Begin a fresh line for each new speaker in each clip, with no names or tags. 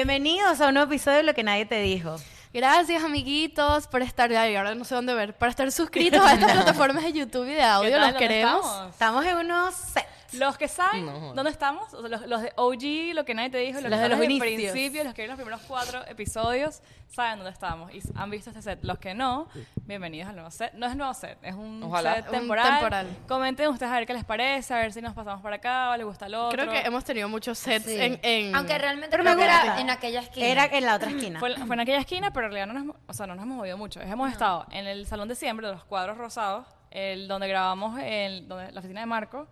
Bienvenidos a un nuevo episodio de Lo que nadie te dijo.
Gracias, amiguitos, por estar ahí. Ahora no sé dónde ver. Para estar suscritos a estas plataformas de YouTube y de
¿Qué
audio,
tal?
los
¿Dónde
queremos.
estamos?
Estamos en unos sets.
Los que saben
No, joder.
dónde estamos, o sea, los, los de OG, lo que nadie te dijo, los,
los
que
de los
estamos desde el
inicios.
principio, los que vieron los primeros cuatro episodios, saben dónde estamos y han visto este set. Los que no, bienvenidos al nuevo set. No es nuevo set, es un
Ojalá.
set
Un
temporal.
temporal.
Comenten ustedes a ver qué les parece, a ver si nos pasamos para acá o les gusta el otro.
Creo que hemos tenido muchos sets
Sí.
en, en-
Aunque realmente
Pero
creo
me
que era
gusta.
en aquella esquina.
Era en la otra esquina.
Fue, fue en aquella esquina, pero en realidad no nos, o sea, no nos hemos movido mucho. Hemos estado en el Salón de Siempre, de los cuadros rosados, el, donde grabamos el, donde, la oficina de Marco,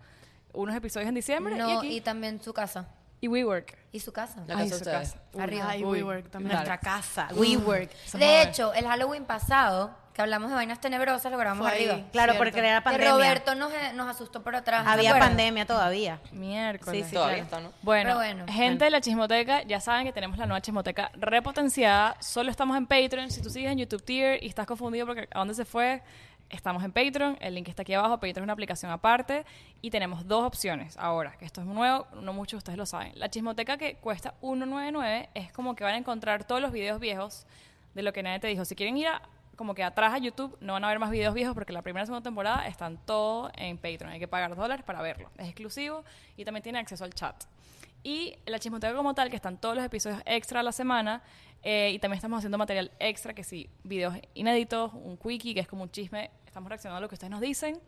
unos episodios en diciembre y
no,
aquí.
y también su casa.
Y, WeWork.
Y su casa.
La casa
Ay,
de
su
ustedes.
casa.
Arriba.
Ay, WeWork también.
Nuestra casa.
WeWork. De hecho, el Halloween pasado, que hablamos de vainas tenebrosas, lo grabamos
Fue ahí.
arriba.
Claro,
Cierto.
porque era
Que
pandemia.
Roberto nos, eh, nos asustó por atrás. ¿no te
Había
acuerdas?
pandemia todavía.
Miércoles.
Sí,
Todavía
claro.
está, ¿no?
Bueno,
Pero bueno.
gente de la chismoteca, ya saben que tenemos la nueva chismoteca repotenciada. Solo estamos en Patreon. Si tú sigues en YouTube Tier y estás confundido porque a dónde se fue, estamos en Patreon. El link está aquí abajo. Patreon es una aplicación aparte. Y tenemos dos opciones ahora, que esto es nuevo, no muchos de ustedes lo saben. La chismoteca que cuesta 1.99 es como que van a encontrar todos los videos viejos de lo que nadie te dijo. Si quieren ir a- como que atrás a YouTube, no van a ver más videos viejos porque la primera y segunda temporada están todo en Patreon. Hay que pagar dólares para verlo. Es exclusivo y también tiene acceso al chat. Y la chismoteca como tal, que están todos los episodios extra a la semana. eh, y también estamos haciendo material extra, que sí, videos inéditos, un quickie, que es como un chisme. Estamos reaccionando a lo que ustedes nos dicen.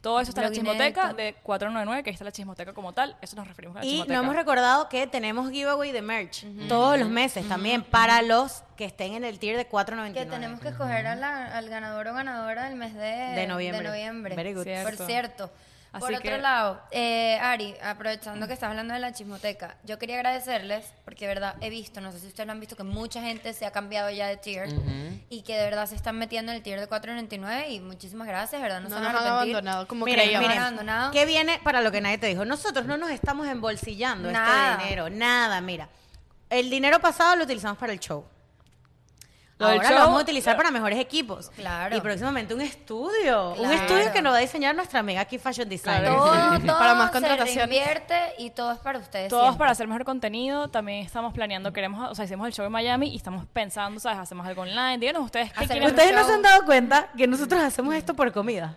Todo eso está en la
Blog
chismoteca
inédito.
de 499, que ahí está la chismoteca como tal. Eso nos referimos a la
Y
chismoteca.
no hemos recordado que tenemos giveaway de merch todos los meses también para los que estén en el tier de 4.99.
Que tenemos que escoger a la- al ganador o ganadora del mes de,
De noviembre.
noviembre.
Very good.
Cierto.
Por cierto.
Así
Por otro
que-
lado, eh, Ari, aprovechando que estás hablando de la chismoteca, yo quería agradecerles, porque de verdad he visto, no sé si ustedes lo han visto, que mucha gente se ha cambiado ya de tier y que de verdad se están metiendo en el tier de 4.99 y muchísimas gracias, de ¿verdad? No,
no
se
nos
van
han
a arrepentir.
abandonado como
Miren,
creíamos.
miren,
Abandonado.
¿qué viene para lo que nadie te dijo? Nosotros no nos estamos embolsillando
Nada.
este dinero, nada, mira. El dinero pasado lo utilizamos para el show.
Lo del
Ahora
show,
lo vamos a utilizar
lo-
para mejores equipos.
Claro.
Y próximamente un estudio. Un
Claro.
estudio que nos va a diseñar nuestra amiga aquí Fashion Designer.
Todo, todo
Para más
se
contrataciones.
reinvierte y todo es para ustedes.
Todos
siempre.
para hacer mejor contenido. También estamos planeando, queremos, o sea, hicimos el show en Miami y estamos pensando, ¿sabes? Hacemos algo online. Díganos ustedes qué
Hacer
quieren.
Ustedes no
show.
se han dado cuenta que nosotros hacemos esto por comida.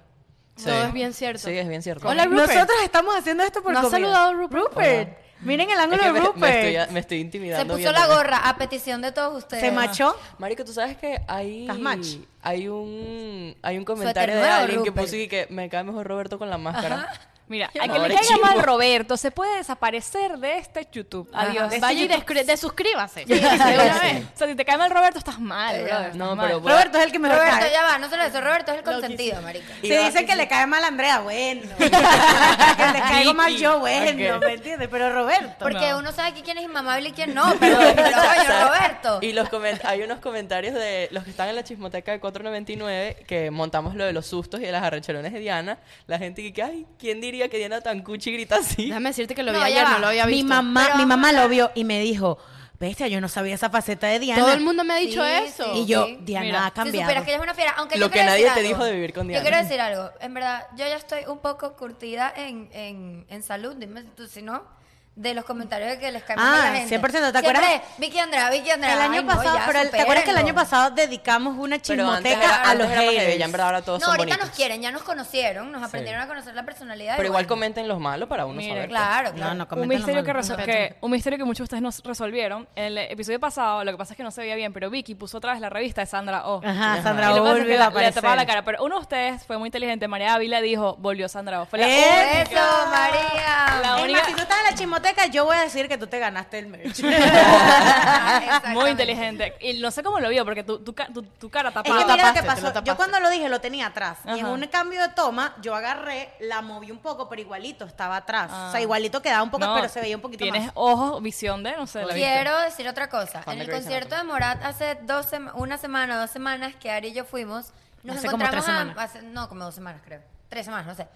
Todo es bien cierto.
Sí, es bien cierto.
Hola, Rupert.
Nosotros estamos haciendo esto por
¿No has
comida.
saludado a Rupert?
Rupert. Miren el
Es
ángulo
que
de
me,
Rupert.
me estoy, me estoy
Se
intimidando.
puso la
viéndome.
gorra a petición de todos ustedes.
Se machó.
Marico, tú sabes que hay,
Estás match.
hay un hay un comentario de
nuevo,
alguien que
Rupert.
puso y que me cae mejor Roberto con la máscara.
Mira, a que
Ahora
le caiga
chivo.
mal Roberto, se puede desaparecer de este YouTube.
Ajá.
Adiós.
Vaya y descri- desuscríbase. De
una
una
vez.
vez.
eh, O sea, si te cae mal Roberto, estás
Eh,
mal, brother, estás
No,
mal.
pero voy a-
Roberto es el que mejor
Roberto,
cae.
ya va, no solo eso, Roberto es el consentido, marica.
Si
Y va-
dicen que le cae mal a Andrea, bueno. que le caigo mal yo, bueno,
Ok.
¿me entiendes? Pero Roberto.
Porque uno sabe que quién es inmamable y quién no, pero, pero coño, Roberto.
Y los comen- hay unos comentarios de los que están en la chismoteca de 499 que montamos lo de los sustos y de las arrechelones de Diana. La gente que, ay, ¿quién diría que Diana tan cuchi grita así?
Déjame decirte que lo vi
No, ya
ayer,
va.
no lo había
mi
visto.
mamá,
Pero
mi
vamos
mamá
a
lo
hablar.
vio y me dijo, bestia, yo no sabía esa faceta de Diana.
Todo el mundo me ha dicho
Sí,
eso.
sí.
Y yo,
Sí.
Diana
Mira,
ha
Se supera
cambiado.
que ella es una fiera, aunque
Lo
yo
que
quiero
nadie
decir
te
algo.
dijo de vivir con Diana.
Yo quiero decir algo, en verdad, yo ya estoy un poco curtida en, en, en salud, dime tú si no, de los comentarios de que les cae mal
Ah,
a la gente.
100%, ¿te
Siempre
acuerdas?
es, Vicky Andrea, Vicky Andrea.
El año
ay, no,
pasado,
ya,
pero el- ¿te acuerdas que el año
supérenlo.
pasado dedicamos una
Pero antes
chismoteca
era-
a
antes
los
era más de
haters?
ella, en verdad ahora todos
No,
son
ahorita
bonitos.
nos quieren, ya nos conocieron, nos aprendieron a conocer la personalidad.
Pero
y
igual
bueno.
comenten los malos para uno
Miren,
saber. pues.
Claro, claro.
No, no,
un
coméntalo
misterio,
mal.
que, reso-
Respeto.
que- un misterio que muchos de ustedes nos resolvieron. En el episodio pasado, lo que pasa es que no se veía bien, pero Vicky puso otra vez la revista de Sandra O.
Ajá,
Y
Sandra
lo que pasa es que
volvió
la-
a
le tapaba la
aparecer.
cara. Pero uno de ustedes fue muy inteligente. María Ávila dijo, volvió Sandra O. Fue la
¡Eh!
única.
Eso, María.
La
Es
única-
más, si tú estás en la chismoteca, yo voy a decir que tú te ganaste el merch.
Exactamente.
Muy inteligente. Y no sé cómo lo vio, porque tu, tu, ca- tu- tu cara
Es que
tapada.
mira lo
tapaste,
que
te
pasó.
lo tapaste.
yo cuando lo dije lo tenía atrás. Y en
Ajá.
un cambio de toma, yo agarré, la moví un poco, pero igualito estaba atrás. O sea, igualito quedaba un poco,
No,
pero se veía un poquito
Tienes
más.
ojos, visión de, no sé, la viste.
Quiero decir otra cosa.
Fan
en
de
el
Grey's
concierto de Morat hace dos sema- una semana, dos semanas que Ari y yo fuimos, nos
Hace como
encontramos
tres
a-
semanas.
hace- no, como dos semanas creo. Tres semanas, no sé.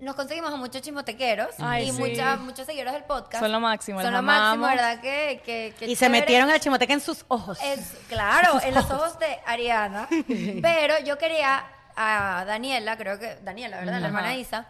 Nos conseguimos a muchos chismotequeros
Ay,
y
sí.
mucha- muchos seguidores del podcast.
Son lo máximo,
Son
las
lo máximo,
amamos.
¿verdad? Que, que- que
Y se
chévere.
metieron a la chismoteca en sus ojos.
Es- claro, en los ojos de Ariana. Pero yo quería a Daniela, creo que Daniela, ¿verdad? La hermana de Isa.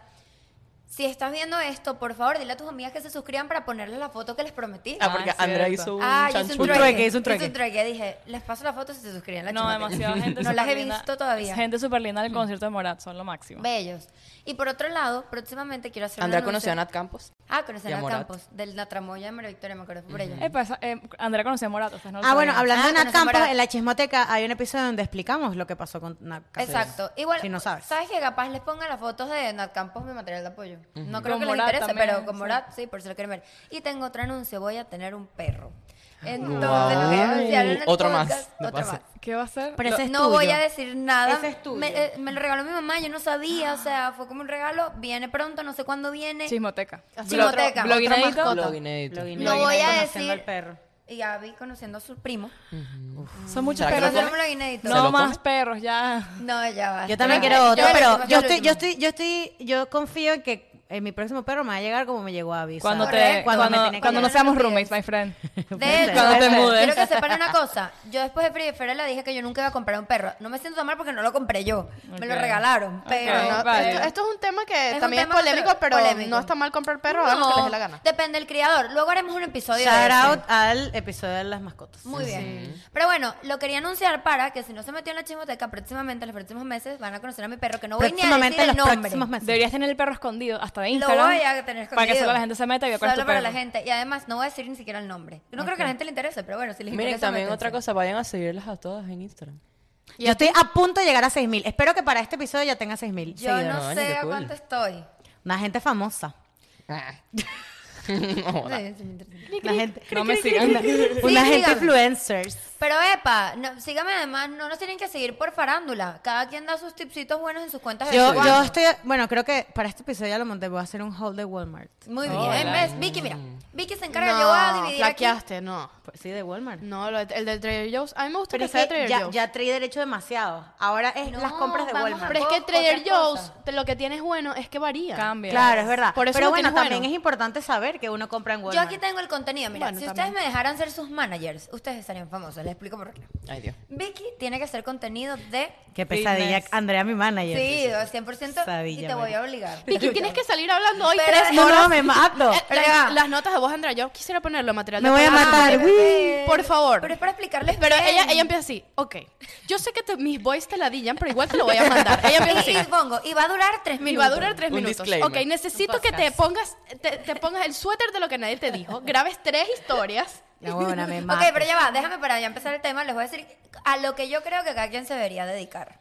Si estás viendo esto, por favor, dile a tus amigas que se suscriban para ponerles la foto que les prometí.
Ah, porque
Ah, es
Andrea
cierto.
hizo un
Ah, yo hice
chanchullo.
un
trueque,
trueque.
hice un
hice
trueque.
Dije, les paso la foto si se suscriben. La
No,
chimoteca.
demasiada gente.
No las he
superlinda.
visto todavía.
Gente súper linda
Mm.
en el concierto de Morat, son lo máximo.
Bellos. Y por otro lado, próximamente quiero hacer
Andrea
un
conoció
anuncio.
a Nat Campos.
Ah, conocí a
y a
Nat
Morat.
Campos, de la tramoya de María Victoria, me acuerdo, fue por ella.
Epa, esa- eh, Andrea conocía a Morat, ustedes no lo
Ah, bueno,
sabían.
hablando
Ah,
de Nat
conoce a
Campos,
Morat.
en La Chismoteca hay un episodio donde explicamos lo que pasó con Nat Campos.
Exacto. Igual,
Si no sabes.
que capaz les pongan las fotos de Nat Campos mi material de apoyo? No creo
Con
que
Morat
les interese,
también,
pero con
sí.
Morat, sí, por si lo quieren ver. Y tengo otro anuncio, voy a tener un perro. Entonces,
Guau.
lo voy a anunciar en el
Otro más,
podcast.
de
Otro
paso.
más.
¿Qué va a ser?
Pero ese es
no
tuyo.
voy a decir nada.
Ese es tuyo. Ah.
Me, eh, me lo regaló mi mamá, yo no sabía, o sea, fue como un regalo. Viene pronto, no sé cuándo viene.
Chismoteca.
ah, Chismoteca,
Blog
otra
inédito.
mascota.
Blog inédito.
Lo voy a
Conociendo
decir.
al perro.
Y Abby conociendo a su primo.
Son muchos
¿Será que
Pero
perros.
lo
no
come?
lo inédito.
¿Se
No
lo
más perros, ya.
No, ya va.
Yo también
Ya
quiero
va.
otro,
Ya lo
pero
último,
yo
ya lo
estoy, yo
último.
estoy, yo estoy, yo confío en que eh, mi próximo perro me va a llegar como me llegó a avisar.
Cuando, te,
Correcto.
cuando,
me tiene
cuando,
que
cuando
no
llegar.
seamos
nos- Cuando
roommates,
te
my friend.
De hecho,
Cuando te
espera,
mudes.
quiero que sepan una cosa. Yo después de Free Fire le dije que yo nunca iba a comprar un perro. No me siento tan mal porque no lo compré yo. Me lo
Ok.
regalaron. Pero
Ok,
no,
vale.
Esto, esto es un tema que
Es un
también
tema
es polémico, pero
polémico.
no está mal comprar perros, hagan lo que les dé la gana.
Depende del criador. Luego haremos un episodio. de
Shout
eso.
out al episodio de las mascotas.
Muy bien. Pero bueno, lo quería anunciar para que si no se metió en la chismoteca, próximamente, en los próximos meses, van a conocer a mi perro, que no voy ni a
Próximamente,
decir el
los
nombre.
próximos meses.
Deberías tener el perro escondido hasta de
Lo
Instagram.
voy a tener escondido.
Para que solo la gente se meta y vea cuál es tu
Solo para la
perro.
gente. Y además, no voy a decir ni siquiera el nombre. No creo que a la gente le interese, pero bueno, si les
Miren,
interesa.
también
métanse.
otra cosa, vayan a seguirlas a todas en Instagram.
Yo estoy a punto de llegar a 6.000. Espero que para este episodio ya tenga 6.000
Yo
seguidores.
no
Coño,
sé
qué
a
cool.
cuánto estoy.
Una gente famosa.
Ah. No, joda.
Sí, sí, me interesa.
Una gente,
No me sigan.
una gente
síganme.
influencers.
Pero epa, no, síganme además, no nos tienen que seguir por farándula. Cada quien da sus tipsitos buenos en sus cuentas de
Yo,
Instagram.
yo estoy, bueno, creo que para este episodio ya lo monté. Voy a hacer un haul de Walmart.
Muy bien,
Hola.
¿ves? Vicky, mira. Vicky se encarga, yo voy a dividir aquí.
flaqueaste, no.
Pues Sí, de Walmart.
No, lo- el del Trader Joe's. A mí me gusta
Pero
que
es
sea de
que
Trader
ya,
Joe's.
ya traí derecho demasiado. Ahora es
No,
las compras de
vamos a-
Walmart.
Pero es que
Vos,
Trader
otra
Joe's,
cosa.
te- lo que tiene es bueno es que varía.
Cambia.
Claro, es verdad.
Por eso
Pero
lo
bueno,
tienes bueno.
también es importante saber que uno compra en Walmart.
Yo aquí tengo el contenido. Mira,
Bueno,
si
también.
ustedes me dejaran ser sus managers, ustedes estarían famosos. Les explico por qué.
Ay, Dios.
Vicky tiene que hacer contenido de.
Qué pesadilla,
Fitness.
Andrea, mi manager.
Sí, 100%
Pesadilla,
y te voy
María.
a obligar.
Vicky, tienes que salir hablando hoy
Pero-
tres
No,
horas.
no, me mato.
Eh,
Pero
las-
ya va.
las notas de voz, Andrea, yo quisiera ponerlo en material.
Me
de
voy a
apoyo.
matar.
Ay,
Uy.
Por favor.
Pero es para explicarles
Pero
bien.
ella, ella empieza así, ok, yo sé que te- mis boys te ladillan, pero igual te lo voy a mandar. Ella empieza
Y, y
así.
pongo, y va a durar tres
Y
minutos.
va a durar tres
Un
minutos.
disclaimer.
Ok, necesito que te pongas, te, te pongas el suéter de lo que nadie te dijo, grabes tres historias.
La huevona me
Ok,
mata.
pero ya va, déjame para ya empezar el tema, les voy a decir a lo que yo creo que cada quien se debería dedicar.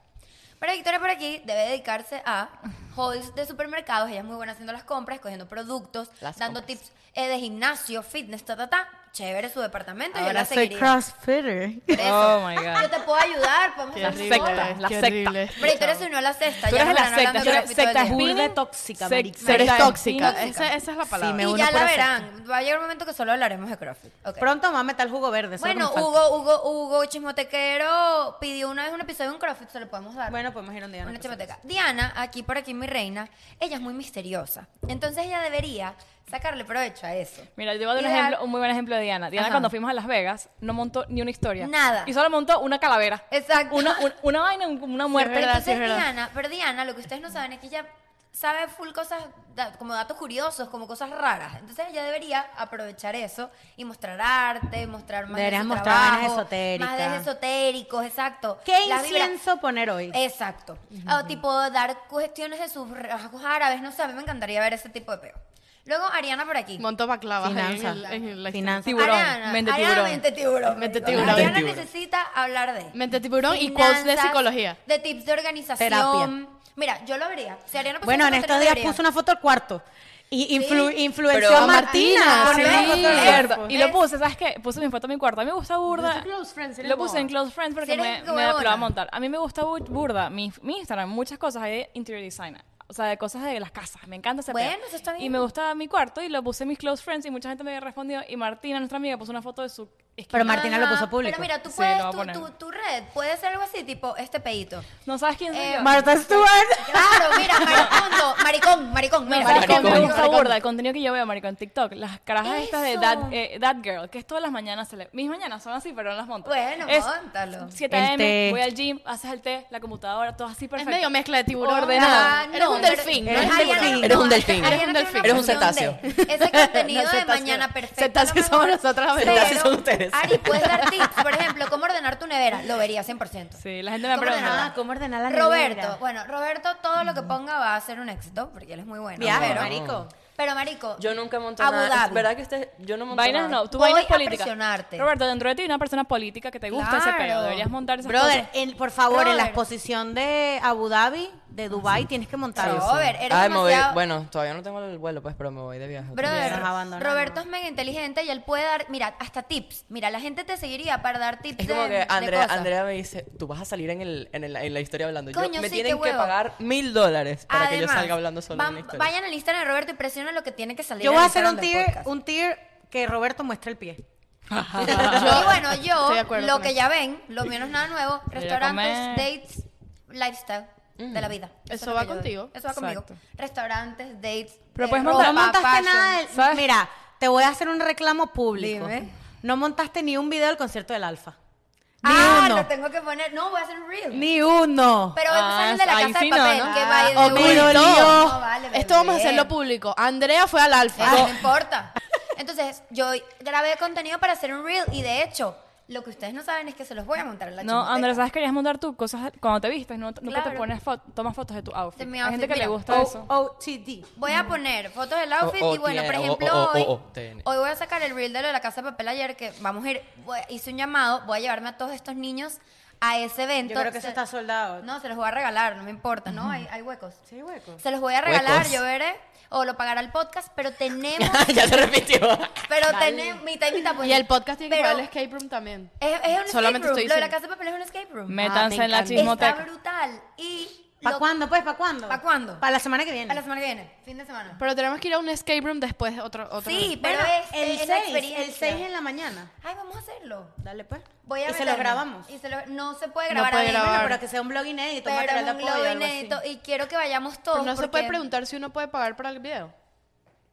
María Victoria por aquí debe dedicarse a hauls de supermercados, ella es muy buena haciendo las compras, escogiendo productos,
Las
dando
compras.
tips eh, de gimnasio, fitness, ta, ta, ta. Chévere su departamento, yo
Ahora
la
soy
seguiría.
crossfitter.
Por eso.
Oh, my God.
Yo te puedo ayudar, podemos
La
hacer
secta, la secta.
María Victoria se unió a la cesta,
Tú
ya
eres
nos
la
van
secta,
hablando
tú eres
de crossfit todo el
secta
día.
Muy
Spinning.
de tóxica,
Sec-
marica.
Pero
Pero
es
es
Esa-
tóxica,
tóxica.
esa, esa es la palabra.
me-
Y
uno
ya
por
la
la secta.
verán, va a llegar un momento que solo hablaremos de crossfit. Ok.
Pronto me va a meter el jugo verde. eso es lo
Bueno,
que me falta.
Hugo, Hugo, Hugo Chismotequero pidió una vez un episodio de un CrossFit, se lo podemos dar.
Bueno, podemos ir un día.
Una
no Pues pasa nada.
chismoteca. Diana, aquí por aquí mi reina, ella es muy misteriosa. Entonces ella debería sacarle provecho a eso.
Mira, yo voy a dar un,
Y dar-
ejemplo, un muy buen ejemplo de Diana. Diana,
Ajá.
cuando fuimos a Las Vegas, no montó ni una historia.
Nada.
Y solo montó una calavera.
Exacto.
Una, un- una vaina, un- una
Pero
muerte.
entonces Diana, pero Diana, lo que ustedes no saben es que ella sabe full cosas, da- como datos curiosos, como cosas raras. Entonces ella debería aprovechar eso y mostrar arte, mostrar más
Deberías
de su
mostrar
trabajo,
vainas esotéricas.
más de esotéricos, exacto.
¿Qué
Las vibras-
incienso poner hoy?
Exacto. O tipo dar cuestiones de sus rasgos árabes, no sé, a mí me encantaría ver ese tipo de peo. Luego Ariana por aquí.
Montó baklava en
Finanza.
el, en el- la-
Finanza.
Tiburón,
Ariana,
mente
Ariana,
tiburón.
mente tiburón.
Mente
marico.
tiburón.
Ariana
Mente tiburón.
necesita hablar de
Mente tiburón y quotes de
finanzas,
psicología.
De tips de organización.
Terapia.
Mira, yo lo haría. Si Ariana pusiera
Bueno, en
ese
estos
contenido,
días
lo
puso
haría.
una foto al cuarto. Y influ-
Sí.
influenció
Pero-
a Martina.
Martina,
con una
sí.
foto del
Es-
cuerpo.
Y lo puse, ¿sabes qué? Puse mi foto en mi cuarto. A mí me gusta burda.
Close Friends, era
Lo puse
moda.
en Close Friends porque
Sí, eres
me, me
huevona.
lo voy a montar. A mí me gusta bu- burda mi, mi Instagram, muchas cosas hay de interior designer. O sea, de cosas de las casas. Me encanta ese
Bueno,
pedo.
eso está bien.
Y me gustaba mi cuarto y lo puse en mis Close Friends y mucha gente me había respondido. Y Martina, nuestra amiga, puso una foto de su Es que
Pero Martina
Ajá,
lo puso público.
Pero mira, tú
Sí,
puedes,
lo voy a
tu-
poner.
tu, tu red puede ser algo así, tipo este pedito.
no sabes quién soy
Eh,
yo.
Marta Stewart.
Claro, mira, maricondo, maricón, maricón, mira,
No, ¿sabes qué?
maricón.
me gusta
maricón.
burda el contenido que yo veo, marico, en TikTok. Las carajas estas de
Eso.
that, eh, That Girl, que es todas las mañanas. se le- Mis mañanas son así, pero no las monto.
Bueno,
Es
móntalo.
7
El
a.m.,
té.
voy al gym, haces el té, la computadora, todo así
Es
perfecto.
medio mezcla de tiburón.
Ah,
Eres un
pero-
delfín.
eres un
no
Ariana,
delfín.
no,
Eres un delfín.
Ariana
Eres un
tiene
delfín.
una
Eres un
función
cetáceo.
de- Ese contenido
No,
de
cetáceo.
mañana perfecto.
Cetáceos
a lo mejor,
somos nosotras,
pero,
Cetáceos son ustedes.
Ari, puedes dar tips, por ejemplo, cómo ordenar tu nevera. Lo vería 100%.
Sí, la gente me
¿Cómo ordenar?
pregunta.
Ah, ¿cómo ordenar la nevera?
Roberto, bueno, Roberto todo
Mm.
lo que ponga va a ser un éxito porque él es muy bueno.
Viaje,
pero,
marico.
pero marico,
Yo nunca he montado
Abu
nada. Es
Dhabi.
¿Verdad que usted, yo no monté
Vainas
nada.
no, tú
Voy
vainas
a
políticas.
presionarte.
Roberto, dentro de ti hay una persona política que te gusta ese
Claro.
pedo. Deberías montar esas
Brother,
cosas.
en- por favor, en la
Brother.
exposición de Abu Dhabi, de Dubai, tienes que montar eso.
Robert, eres
Ay, me voy-
demasiado...
Bueno, todavía no tengo el vuelo, pues, pero me voy de viaje.
Brother,
Nos abandonaron.
Roberto es mega inteligente y él puede dar, mira, hasta tips. Mira, la gente te seguiría para dar tips
Es
de,
como que
de
Andrea,
cosas.
Andrea me dice, tú vas a salir en, el, en, el- en la historia hablando. Yo-
Coño,
me
sí, qué
tienen que
huevo.
pagar mil dólares para que yo
Además,
salga hablando solo en
van-
la historia.
Vayan al Instagram de Roberto y presionen lo que tiene que salir.
Yo
en
voy a
el
hacer un
Instagram del
tier,
podcast.
un tier que Roberto muestre el pie.
y bueno,
Estoy de
yo,
acuerdo
lo
con
que
eso.
ya ven, lo mío no es nada nuevo,
a
restaurantes,
comer.
dates, lifestyle de la vida.
Eso
es lo
va
que yo
contigo.
veo. Eso va conmigo.
Exacto.
Restaurantes, dates,
Pero
eh,
puedes
ropa,
montar-
No montaste
fashion.
nada del-
¿Sabes?
Mira, te voy a hacer un reclamo público.
Dime.
No montaste ni un video del concierto del Alfa. Ni
Ah,
uno.
lo tengo que poner. No, voy a hacer un reel.
Ni uno.
Pero voy a empezar
Ah,
el de la
ahí
casa
sí
de
no,
papel,
¿no?
que
Ah,
va a ir de
oculto.
Google. No,
No,
vale,
Esto vamos a
bebé.
hacerlo público. Andrea fue al alfa.
Ah, no importa. Entonces, yo grabé contenido para hacer un reel y de hecho, lo que ustedes no saben es que se los voy a montar en la
No,
chismoteca.
Andrés, ¿sabes que querías montar tú cosas cuando te vistes? No, Nunca te
Claro.
pones fo- tomas fotos de tu outfit.
De mi
Hay gente
outfit,
que le
mira. Oh,
gusta
O-
eso.
OTD.
Voy a poner fotos del outfit
O-
y bueno, por
OTN,
ejemplo,
o- o-
hoy,
o- OTN.
hoy voy a sacar el reel de lo de la casa de papel ayer que vamos a ir, voy- hice un llamado, voy a llevarme a todos estos niños a ese evento.
Yo creo que eso
Se-
está soldado.
No, se los voy a regalar, no me importa, ¿no? Hay, hay huecos.
Sí, hueco.
Se los voy a regalar,
Huecos.
yo veré, o lo pagará el podcast, pero tenemos,
ya se repitió.
pero tenemos mitad y mitad. pues.
Y el podcast tiene que
Pero
ir al escape room también.
Es, es un escape
Solamente
room,
estoy
lo de la
diciendo.
casa de papel es un escape room.
Métanse
me
Ah,
en la
encanta.
Está
chismoteca.
brutal. Y
¿Para
lo-
cuándo? Pues, ¿para cuándo?
¿Pa' cuándo?
Para la semana que viene.
A la semana que viene, fin de semana.
Pero tenemos que ir a un escape room después, otro, otro
sí, pero
Bueno,
es,
el
es
6,
la
el 6
experiencia.
en la mañana.
Ay, vamos a hacerlo.
Dale, pues.
Voy a
y se los
meterme.
grabamos.
Y se lo- no se puede
No
grabar
puede
ahí,
grabar.
Bueno, pero que sea un blog inédito, un
Pero
material de
un
apoyo,
globo
algo así.
inédito y quiero que vayamos todos.
Pero no se
porque
puede preguntar si uno puede pagar para el video.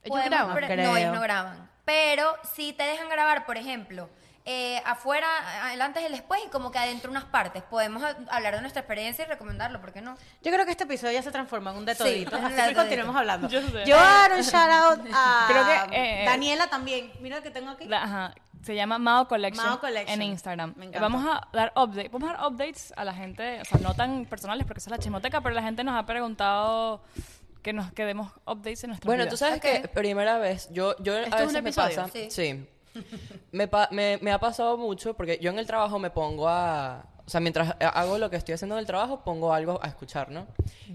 Ellos
podemos
graban.
pre-
No
no,
creo.
ellos no graban. Pero sí te dejan grabar, por ejemplo, eh, afuera, a- el antes y el después y como que adentro unas partes. Podemos a- hablar de nuestra experiencia y recomendarlo, ¿por qué no?
Yo creo que este episodio ya se transforma en un de
Sí,
toditos,
en un
así
de
que
toditos.
continuemos hablando.
Yo sé.
Yo hago un shout out a
Creo que, eh,
Daniela también. Mira lo que tengo aquí.
La- ajá, se llama Mao Collection,
Mao Collection.
en Instagram.
Me
Eh,
encanta.
Vamos a dar update, vamos a dar updates a la gente, o sea, no tan personales porque esa es la chismoteca, pero la gente nos ha preguntado que nos quedemos updates en nuestra
Bueno, tú sabes que
Ok.
primera vez, yo, yo
¿Esto
a
es un
veces me
episodio?
pasa.
Sí.
Sí. Me, pa- me- me ha pasado mucho porque yo en el trabajo me pongo a. O sea, mientras hago lo que estoy haciendo en el trabajo, pongo algo a escuchar, ¿no?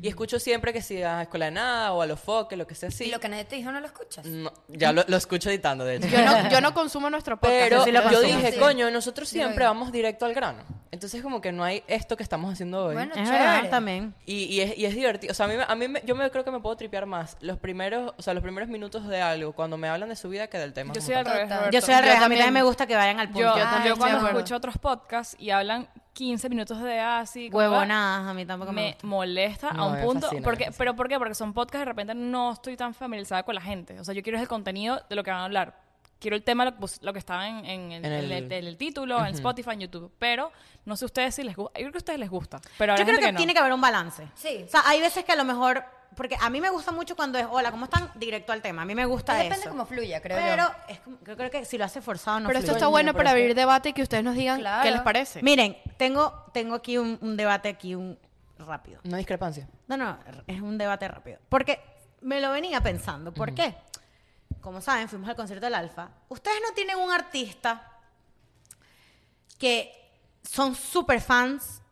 Y escucho siempre que si a Escuela de Nada o a los foques, lo que sea así.
Y lo que nadie te dijo no lo escuchas.
No, ya lo, lo escucho editando, de hecho.
Yo no, yo no consumo nuestro podcast.
Pero
sí lo
yo
consumo.
dije,
Sí.
coño, nosotros
Yo lo
siempre
digo.
vamos directo al grano. Entonces, como que no hay esto que estamos haciendo hoy.
Bueno,
es
chévere.
verdad, también.
Y, y es, y es divertido. O sea, a mí, me- a mí me- yo me, creo que me puedo tripear más los primeros, o sea, los primeros minutos de algo, cuando me hablan de su vida, que del tema.
Yo
como
soy al
tal.
revés,
Total.
Roberto.
Yo soy al
Yo
revés, a mí
también.
también me gusta que vayan al punto. Ah,
Yo,
Yo también
yo
estoy
cuando
de acuerdo.
escucho otros podcasts y hablan 15 minutos de así, como
Huevonadas, a mí
va,
tampoco me,
me
gusta.
molesta
No,
a un
me
punto.
fascina, me
porque,
fascina.
¿Pero por qué? Porque son podcasts de repente no estoy tan familiarizada con la gente. O sea, yo quiero es el contenido de lo que van a hablar. Quiero el tema, lo, pues, lo que estaba en, en el,
En
en
el-
el- en el título, en Spotify, en YouTube. Pero no sé ustedes si les gusta. Yo creo que a ustedes les gusta. Pero
Yo creo que, tiene que haber un balance.
Sí.
O sea, hay veces que a lo mejor, porque a mí me gusta mucho cuando es, hola, ¿cómo están? Directo al tema. A mí me gusta
Pues Depende
eso.
cómo fluya, creo yo.
Pero es como- yo creo que si lo hace forzado no
Pero esto
fluye.
está
Coño,
bueno
pero
para
es que-
abrir debate y que ustedes nos digan
Claro.
qué les parece.
Miren, tengo, tengo aquí un, un debate aquí un rápido.
Una discrepancia.
No, no, es un debate rápido. Porque me lo venía pensando. ¿Por qué? Como saben, fuimos al concierto del Alfa. Ustedes no tienen un artista que son super fans,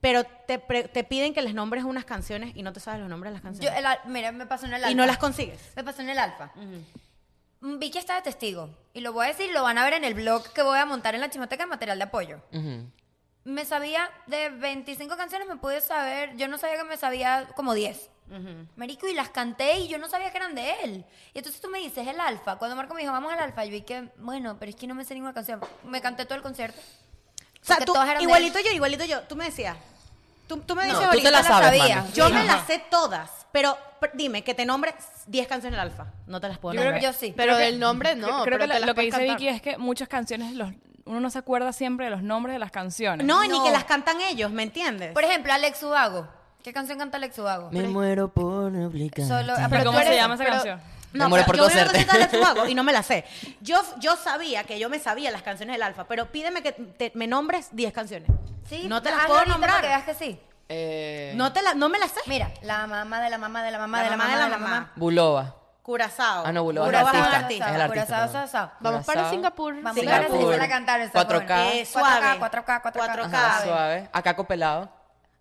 pero te, pre- te piden que les nombres unas canciones y no te sabes los nombres de las
Yo,
canciones.
el al- mira, me pasó en el alfa.
y no las consigues.
Me pasó en el alfa. Mm, Vicky está de testigo. Y lo voy a decir, lo van a ver en el blog que voy a montar en la chismoteca de material de apoyo.
Ujú.
Me sabía de 25 canciones, me pude saber. Yo no sabía que me sabía como 10. Marico, y las canté y yo no sabía que eran de él. Y entonces tú me dices, el alfa. Cuando Marco me dijo, vamos al alfa, yo vi que, bueno, pero es que no me sé ninguna canción. Me canté todo el concierto.
O sea,
Porque
tú,
todas eran de
igualito
él.
yo, igualito yo. Tú me decías. Tú, tú me
No,
dices
tú te
ahorita.
la sabes, mami.
Yo
Sí.
me las
Ajá.
sé todas. Pero pr- dime, que te nombre 10 canciones del alfa. No te las puedo
Yo, creo
nombrar.
que yo sí.
Pero del nombre no.
creo
pero
que
te
la-
las
lo que
puedes
dice
cantar.
Vicky es que muchas canciones los, uno no se acuerda siempre de los nombres de las canciones.
No, ni
No.
que las cantan ellos, ¿me entiendes?
Por ejemplo, Alex Ubago. ¿Qué canción canta Alex Ubago?
Me muero por obligar.
Solo, ah,
Pero
tú
¿cómo se
eres-
llama esa
pero-
canción?
Me muero
pero
por
yo vi una
conocerte.
cosita de Alex Ubago y no me la sé. Yo, yo sabía que yo me sabía las canciones del alfa, pero pídeme que te- me nombres 10 canciones.
Sí,
no te las
hazlo
puedo
ahorita para
nombrar.
Que veas que sí.
Eh,
No, te la, no me las sé.
Mira, la mamá de la mamá de la mamá
La
de la
mamá
mamá
de
de
la
la mamá.
mamá.
Bulova.
Curazao.
Ah, no, Bulova es el
Curazao
Curazao,
artista.
Curazao,
Es el artista.
Curazao,
perdón.
Curazao.
Vamos para
Curazao.
Singapur.
Vamos
Sí,
para
la
Singapur
pura.
a cantar el
4K.
Eh,
4K,
suave.
4K, 4K.
Ajá,
4K.
suave. Acá copelado.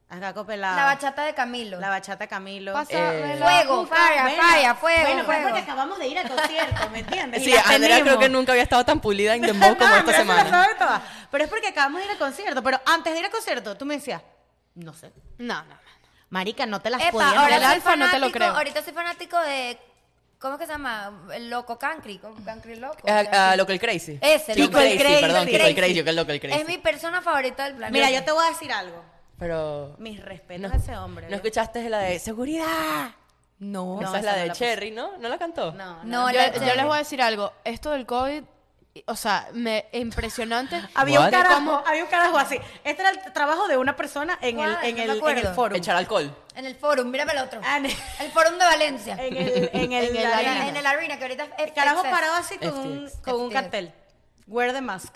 Acá copelado.
La bachata de Camilo.
La bachata Camilo.
Pasa
Eh,
de la
Fuego,
juca.
falla,
Bueno,
falla, fuego,
bueno, pero es
fuego.
porque acabamos de ir al concierto, ¿me entiendes? Y
Sí,
las
Andrea creo
tenemos.
que nunca había estado tan pulida en dembow como
No, este
esta
pero se las
semana.
sabe todas. Pero es porque acabamos de ir al concierto. Pero antes de ir al concierto, tú me decías, no sé.
No, no, no.
Marica, no te las
Epa,
podía
ahora
El
soy
alfa no te lo
fanático-
creo.
Ahorita soy fanático de. ¿Cómo que se llama? El loco Cancri. ¿cómo? Cancri loco.
Eh, ah, Local Crazy.
Ese,
Local
Local
Crazy,
Crazy.
perdón,
Local
Local
Crazy.
Crazy, yo que es Local Crazy.
Es mi persona favorita del planeta.
Mira, yo te voy a decir algo.
Pero
Mis respetos a
no,
ese hombre.
no
¿vio?
escuchaste la de seguridad.
No.
No,
esa
esa
es la
no
de
la puse.
Cherry, ¿no? ¿No la cantó?
No, no.
No,
yo,
la-
yo les voy a decir algo. Esto del COVID, y- o sea, me impresionante.
Había un,
What?
carajo,
¿Cómo?
había un carajo así. Este era el trabajo de una persona en el,
¿Cuál?
en
No me
el, en el
acuerdo.
foro.
Echar alcohol.
En el forum, mírame el otro.
Ah, ne-
El forum de Valencia.
En el, en el,
En el
la-
En
arena.
el- en el arena, que ahorita es.
el carajo
excess.
parado así con, un,
FTX.
con un
FTX.
cartel. Wear the mask.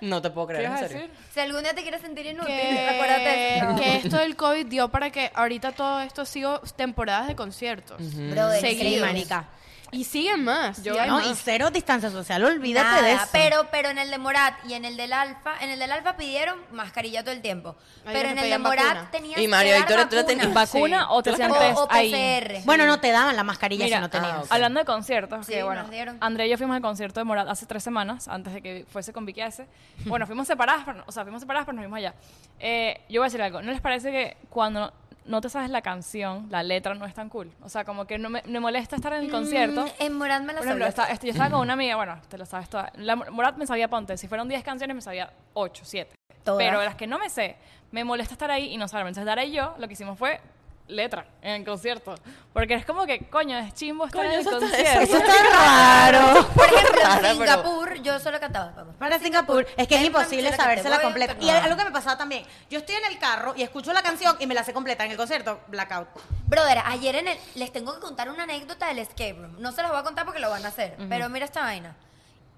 No te puedo
¿Qué
creer, en
ibas a
serio.
decir?
Si algún día te quieres sentir inútil, acuérdate de
que,
ese trabajo.
que esto del COVID dio para que ahorita todo esto siga temporadas de conciertos.
Brother,
Seguidos.
sí,
marica.
Y siguen más.
Yo-
y hay
No,
más.
y cero distancia social, olvídate
Nada,
de eso.
Pero, pero en el de Morat y en el del Alfa, en el del Alfa pidieron mascarilla todo el tiempo.
Ahí
pero
no
en
te
el de
pedían
Morat
vacuna.
tenías
Y María
que dar
Victoria, tú la
vacuna.
tenías
Vacuna
Sí.
o te
Yo la
hacían
O-
test
o,
ahí.
PCR.
Bueno, no te daban la mascarilla
Mira,
si no tenías.
ah, ok.
Hablando de conciertos,
Sí,
que bueno,
nos dieron.
Andrea y yo fuimos al concierto de Morat hace tres semanas, antes de que fuese con Vicky S. Bueno, fuimos separadas, pero- o sea, fuimos separadas, pero nos vimos allá. Eh, yo voy a decir algo, ¿no les parece que cuando no, no te sabes la canción, la letra no es tan cool? O sea, como que no me, me molesta estar en el concierto.
Mm, En Morat me la
Por ejemplo,
sabía.
esta- esta- yo estaba con una amiga, bueno, te lo sabes toda. La, Morat me sabía, ponte, si fueron 10 canciones me sabía 8, 7.
Todas.
Pero las que no me sé, me molesta estar ahí y no saberme. Entonces, Dara y yo lo que hicimos fue letra en el concierto. Porque es como que, coño, es chimbo estar
Coño,
en el
eso está-
concierto.
eso
raro.
Por ejemplo,
Rara, pero-
en Singapur yo solo cantaba. vamos.
Para Singapur es que es
Ven,
imposible
Franchella, que
sabérsela
te voy a
completa. Y
enterrar.
algo que me pasaba también, yo estoy en el carro y escucho la canción y me la sé completa en el concierto, blackout.
Brother, ayer en el, les tengo que contar una anécdota del escape room. No se las voy a contar porque lo van a hacer. Pero mira esta vaina.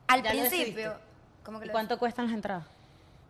Al
Ya lo
principio.
decidiste.
¿cómo que
¿Y
lo
cuánto cuestan las entradas?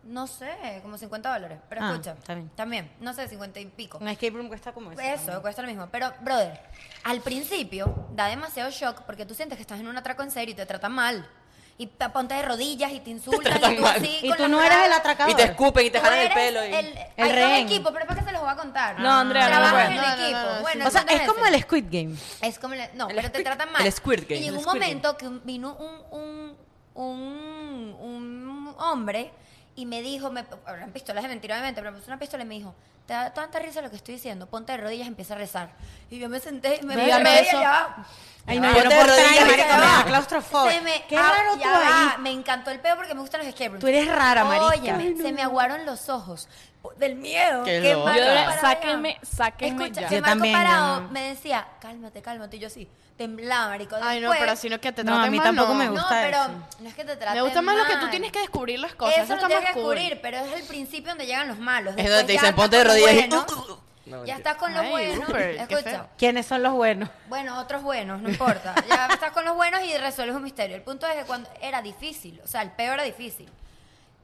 No sé, como 50 dólares. Pero
Ah,
escucha.
está bien.
También. No sé, 50 y pico.
Un escape room cuesta como eso.
Pues Eso,
también.
cuesta lo mismo. Pero, brother, al principio da demasiado shock porque tú sientes que estás en un atraco en serio y te tratan mal. Y te ponte de rodillas y te insultan.
tratan
y tú
mal.
así,
Y
con
tú
las
no eras el
brazas.
atracador.
Y te escupen y te
Tú
jalan el
eres
pelo. y-
El,
El
hay
rehén.
dos equipos, pero es para que se los voy a contar.
No, Andrea, no
Trabajas
puedes.
en
No, no, no,
equipo.
no,
Bueno,
O sea,
entonces
es como el Squid Game.
es como el- no,
El
pero te
Squid-
tratan mal.
el Squid
Y
Game. El
llegó un
Squid Game.
momento que un- vino un, un, un, un hombre y me dijo, me eran pistolas de mentira obviamente, pero me puso una pistola y me dijo, te da tanta risa lo que estoy diciendo, ponte de rodillas y empieza a rezar. Y yo me senté, me puse de
Dígame
rodillas
eso.
y ya va.
Ay,
Ah,
no, yo no
ponte de
puedo estar ahí,
rodillas,
marica, me
ya
da
va.
Se
claustrofobia.
me-
Qué
ah,
raro
ya
tú
va.
ahí.
Me encantó el peo porque me gustan los escape rooms.
Tú eres rara, marica.
Óyeme, se me aguaron los ojos po- del miedo.
Qué
que
loca.
Marco
Yo de verdad,
Parado-
sáquenme, sáquenme
Escucha,
ya.
que
Yo
Marco
también,
Parado
yo no.
me decía, cálmate, cálmate. Y yo así, temblaba, marico.
Ay, no,
Después-
pero sino que te
No,
tratan
a mí
mal,
tampoco
no.
me gusta.
No, pero
eso.
no es que te traten
Me gusta más lo que tú
mal.
tienes que descubrir las cosas.
Eso,
Eso,
lo
está
tienes
más
que
cool.
descubrir, pero es el principio donde llegan los malos.
Es donde
Después
te
ya
dicen
estás
ponte de
con lo
rodillas y.
bueno,
No,
ya
mentira.
estás con lo
Ay,
bueno.
Uber, qué
Escucha.
feo.
¿Quiénes son los buenos?
Bueno, otros buenos, no importa. Ya estás con los buenos y resuelves un misterio. El punto es que cuando era difícil, o sea, el peor era difícil.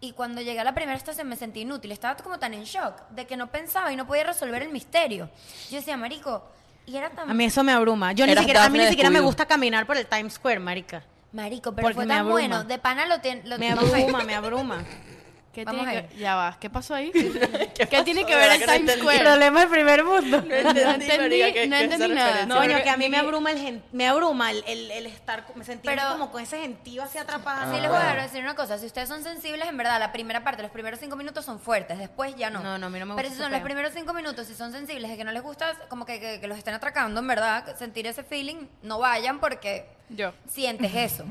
Y cuando llegué a la primera estación me sentí inútil. Estaba como tan en shock de que no pensaba y no podía resolver el misterio. Yo decía, marico, y era tan...
A mí eso me abruma. Yo ni
Eras
siquiera, a mí
Daphne
ni
de
siquiera me
Scooby-Doo.
gusta caminar por el Times Square, marica.
Marico, pero
Porque
fue
me
tan
abruma.
bueno. De pana lo, ten- lo
Me
no sé.
abruma, me abruma.
¿Qué
Vamos
tiene
ahí.
que- Ya va, ¿qué pasó ahí? ¿Qué, tiene que ver
¿Verdad
el
que no
Times
entendí?
El
Square?
problema del primer mundo.
No entendí,
marica, que-
no
que
entendí
esa
nada.
referencia.
No, yo que a mí me abruma el, gen- me abruma el, el- el estar, me sentí
Pero-
como con ese gentío así atrapado.
Sí, les voy a decir una cosa. Si ustedes son sensibles, en verdad, la primera parte, los primeros cinco minutos son fuertes. Después ya no.
No, no, a mí no me gusta
Pero si
ese
son los
peo.
primeros cinco minutos, si son sensibles, es que no les gusta, como que, que- que los estén atracando, en verdad, sentir ese feeling, no vayan porque
Yo.
sientes eso.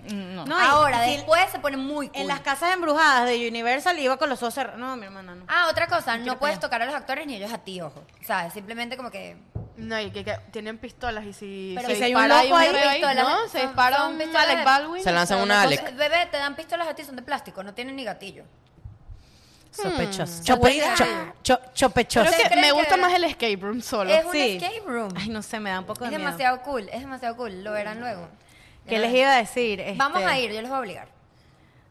No.
No, y-
Ahora,
y si-
después se pone muy cool.
En las casas embrujadas de Universal iba con los ojos cerrados. No, mi hermana, no.
Ah, otra cosa, no puedes tocar a los actores ni ellos a ti, ojo. ¿Sabes? Simplemente como que.
No, y que, que tienen pistolas y si
Pero
se
y si hay un
dispara
loco ahí,
bebé
pistolas,
¿no? Se
son-
dispara
son
un
pistolas
Alec
de-
Baldwin.
Se lanzan
o sea,
una
no-
Alec.
Bebé, te dan pistolas a ti, son de plástico, no tienen ni gatillo.
Sospechoso.
Chope,
Mm. Abuela.
cho- cho- chopechoso.
Creo
¿Ustedes
que
creen
me
que
gusta
era-
más el escape room solo.
Es un
Sí.
escape room.
Ay, no sé, me da un poco de
es
miedo.
demasiado cool, es demasiado cool. Lo verán luego.
¿Qué
Ya
les
verán.
iba a decir? Este,
Vamos a ir, yo les voy a obligar.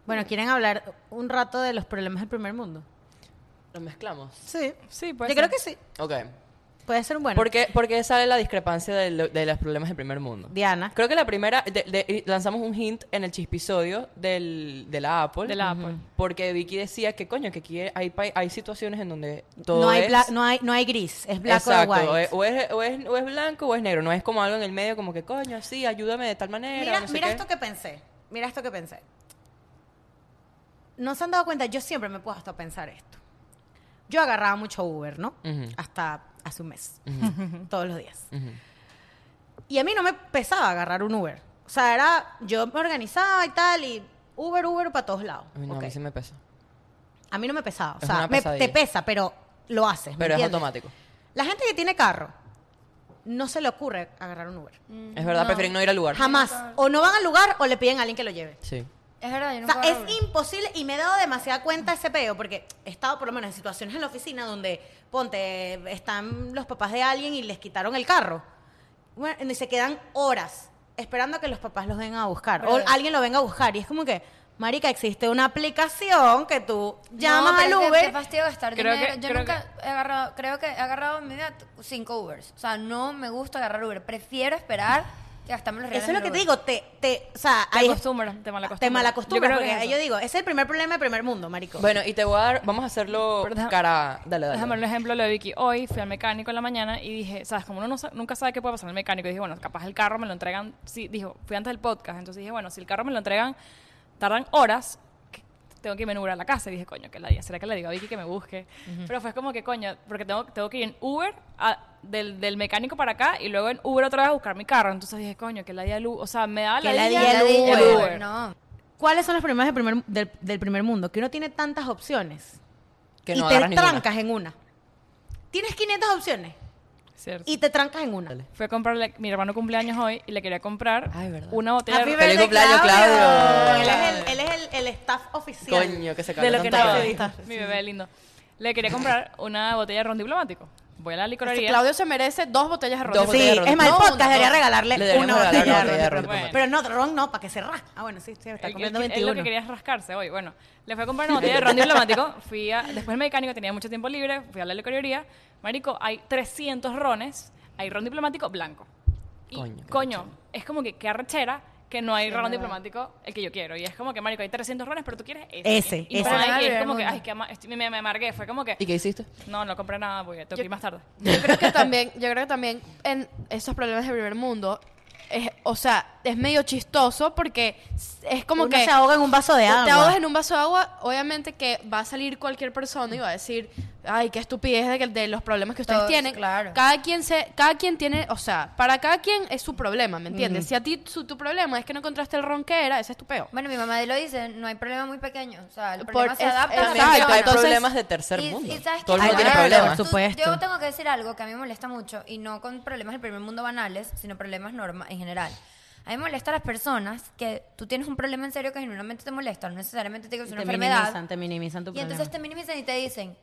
Bueno, ¿quieren hablar un rato de los problemas del primer mundo?
¿Lo mezclamos?
Sí.
Sí,
Yo
puede
creo
ser.
que sí.
Ok.
Puede ser un bueno.
¿Por qué, por qué sale la discrepancia de, lo- de los problemas del primer mundo?
Diana.
Creo que la primera, de- de- y lanzamos un hint en el chispisodio del, de la Apple.
De la Ujú. Apple.
Porque Vicky decía que, coño, que aquí hay, pa- hay situaciones en donde todo
no, hay
es-
bla- no, hay, no hay gris, es blanco o
Exacto,
white.
O es, o, es, o es blanco o es negro. No es como algo en el medio como que, coño, sí, ayúdame de tal manera.
Mira,
no sé
mira
qué.
esto que pensé. Mira esto que pensé. No se han dado cuenta, yo siempre me puedo hasta pensar esto. Yo agarraba mucho Uber, ¿no?
Ujú.
Hasta hace un mes.
Ujú.
Todos los días.
Ujú.
Y a mí no me pesaba agarrar un Uber. O sea, era. Yo me organizaba y tal, y Uber, Uber para todos lados.
Uy, no,
Ok.
a mí sí me pesa.
A mí no me pesaba. O
Es
sea,
una
me- te
pesadilla.
pesa, pero lo haces. ¿me
Pero es
entiendes?
automático.
La gente que tiene carro no se le ocurre agarrar un Uber.
Es verdad, prefieren no ir al lugar.
Jamás. O no van al lugar o le piden a alguien que lo lleve.
Sí.
Es verdad, yo
O
no
sea, es imposible y me he dado demasiada cuenta ese peo porque he estado por lo menos en situaciones en la oficina donde, ponte, están los papás de alguien y les quitaron el carro. Bueno, y se quedan horas esperando a que los papás los vengan a buscar o
Brother.
alguien lo venga a buscar. Y es como que, marica, existe una aplicación que tú llamas al
Qué
Uber.
fastidio gastar
Creo que-
dinero. yo
creo
nunca he agarrado, creo que he agarrado en mi vida t- cinco Ubers. O sea, no me gusta agarrar Uber. Prefiero esperar que gastamos los reales
Eso es lo
en
que
el
te digo,
Uber.
te, te, o sea,
Te
ahí-
acostumbras, te malacostumbras.
Te malacostumbras,
Yo creo que
porque
es
yo
eso.
digo, ese es el primer problema del primer mundo, marico.
Bueno, y te voy a dar, vamos a hacerlo
Pero deja-
cara. Dale, dale.
Déjame dar un ejemplo lo de Vicky. Hoy fui al mecánico en la mañana y dije, ¿sabes? Como uno no sa- nunca sabe qué puede pasar en el mecánico, y dije, bueno, capaz el carro me lo entregan. Sí, dijo, fui antes del podcast, entonces dije, bueno, si el carro me lo entregan, tardan horas, que- tengo que irme en Uber a la casa. Y dije, coño, que la ¿será que le digo a Vicky que me busque? Pero fue como que, coño, porque tengo, tengo que ir en Uber a- del, del mecánico para acá y luego en Uber otra vez a buscar mi carro. Entonces dije, coño, que la día luz. O sea, me da
Que
la
la
Ya
Y el
le dije,
Uber.
el Uber, No.
¿Cuáles son los problemas del primer, del, del primer mundo? Que uno tiene tantas opciones
Que
y
no
te
agarras ninguna.
trancas en una. Tienes 500 opciones
Cierto.
y te trancas en una.
Fui a comprarle, mi hermano cumpleaños hoy y le quería comprar
Ay, ¿verdad?
una botella de
Happy
Feliz
birthday,
cumpleaños, Claudio.
Él es, el, él es el- el staff oficial.
Coño, que se
De lo
cagaron
que
tanto
nadie
pedo.
edita.
Mi bebé lindo. Le quería comprar una botella de ron diplomático. Voy a la
Este
licorería.
Claudio se merece dos botellas de ron.
Dos
de
Sí,
botellas de ron.
es más, el
No,
podcast
una,
debería
no.
regalarle
Le deberíamos
una botella
regalar una
de
botella de
ron.
ron.
Bueno.
Pero no, ron no, para que se rasque. Ah, bueno, sí, sí, está
Él-
comiendo
él- él lo
21.
que quería es rascarse hoy. Bueno, le fui a comprar una botella de ron diplomático. Fui a, después el mecánico tenía mucho tiempo libre. Fui a la licorería. Marico, hay 300 rones. Hay ron diplomático blanco. Y,
Coño,
coño,
qué
es como que qué arrechera que no hay ron diplomático el que yo quiero. Y es como que, marico, hay 300 rones, pero tú quieres ese.
Ese,
y,
ese.
por ahí- y
Claro,
es como que,
hermano.
ay, que ama- estoy- me, me amargué. Fue como que,
¿Y qué hiciste?
no, no compré nada porque tengo que ir más tarde.
Yo creo que también, yo creo que también en esos problemas del primer mundo, es, o sea, es medio chistoso porque es como
Uno
que
se ahoga en un vaso de agua.
te ahogas en un vaso de agua, obviamente que va a salir cualquier persona y va a decir, ay, qué estupidez de, que- de los problemas que ustedes
Todos,
tienen.
claro.
Cada quien se, cada quien tiene, o sea, para cada quien es su problema, ¿me entiendes? Si a ti su- tu problema es que no encontraste el ron que era, ese es tu peo.
Bueno, mi mamá lo dice, no hay problema muy pequeño. O sea, el
Por-
problema se
es-
adapta.
Exacto,
También que hay
entonces-
problemas de tercer mundo.
sabes
Todo el
qué?
mundo tiene
Claro,
problemas.
tú-
supuesto.
Yo tengo que decir algo que a mí me molesta mucho y no con problemas del primer mundo banales, sino problemas norma en general. A mí me molesta a las personas que tú tienes un problema en serio que genuinamente te molesta, no necesariamente te digo que es
Y
una
te
enfermedad.
minimizan, te minimizan tu
Y
problema.
entonces te minimizan y te dicen,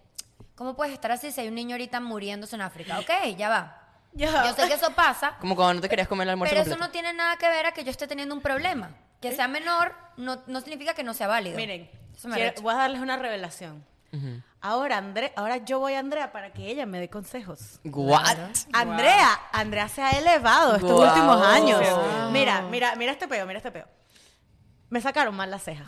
¿cómo puedes estar así si hay un niño ahorita muriéndose en África? Ok, ya va. Yo sé que eso pasa,
Como cuando no te querías comer el almuerzo
pero eso
completo.
no tiene nada que ver a que yo esté teniendo un problema. Que sea menor no, no significa que no sea válido.
Miren,
Eso me
quiero-
arrecha.
voy a darles una revelación. Ahora, André, ahora yo voy a Andrea para que ella me dé consejos.
What?
Andrea, Andrea se ha elevado estos
Guau.
últimos años.
Wow.
Mira, mira, mira este peo, mira este peo. Me sacaron mal la ceja.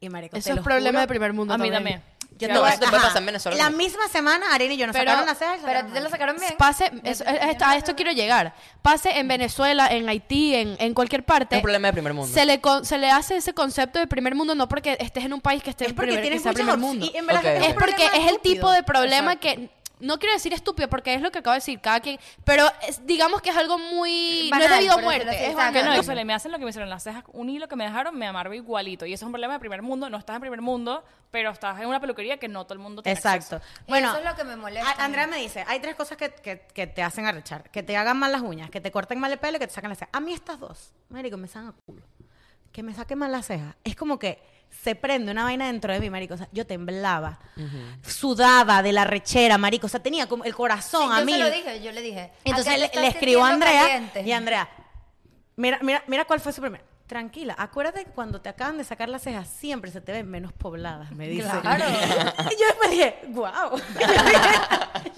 Y marico,
Eso
te
es
lo
problema
juro,
de primer mundo
A mí
también.
también.
Yo
Claro.
no, eso te puede
Ajá.
pasar en Venezuela.
La misma semana, Ariana y yo nos
Pero-
sacaron las cejas. y
Pero a
sacaron
ti te lo
mal.
sacaron bien.
Pase, eso- es- esto- a esto quiero llegar. Pase en Venezuela, en Haití, en, en cualquier parte.
Es un problema de primer mundo.
Se le, con- se le hace ese concepto de primer mundo no porque estés en un país que esté
Es
en
porque
primer, que
tienes
sea
muchas
primer
opci-
mundo.
y en verdad
Ok.
es un
es porque
problema
es el
estúpido.
tipo de problema que no quiero decir estúpido porque es lo que acabo de decir cada quien pero es- digamos que es algo muy
Banal,
no es debido a
por decirlo así,
muerte es
exacto.
Que
banal.
no, y se le- me hacen lo que me hicieron las cejas, un hilo que me dejaron, me amarro igualito. Y eso es un problema de primer mundo. No estás en primer mundo, pero estás en una peluquería que no todo el mundo tiene
Exacto.
acceso.
Bueno,
Eso es lo que me molesta
a- Andrea
a mí.
me dice, hay tres cosas que, que- que te hacen arrechar. Que te hagan mal las uñas, que te corten mal el pelo y que te saquen las cejas. A mí estas dos, marico, me sacan a culo. Que me saquen mal las cejas. Es como que se prende una vaina dentro de mí, marico. O sea, yo temblaba, sudaba de la rechera, marico. O sea, tenía como el corazón a
yo
mí.
se lo dije, yo le dije.
Entonces
"Acá te
le,
estás
le escribo a
sintiendo
Andrea
caliente".
y Andrea, mira, mira, mira cuál fue su primer. Tranquila, acuérdate que cuando te acaban de sacar las cejas siempre se te ven menos pobladas, me dice.
Claro.
Y yo después dije, wow.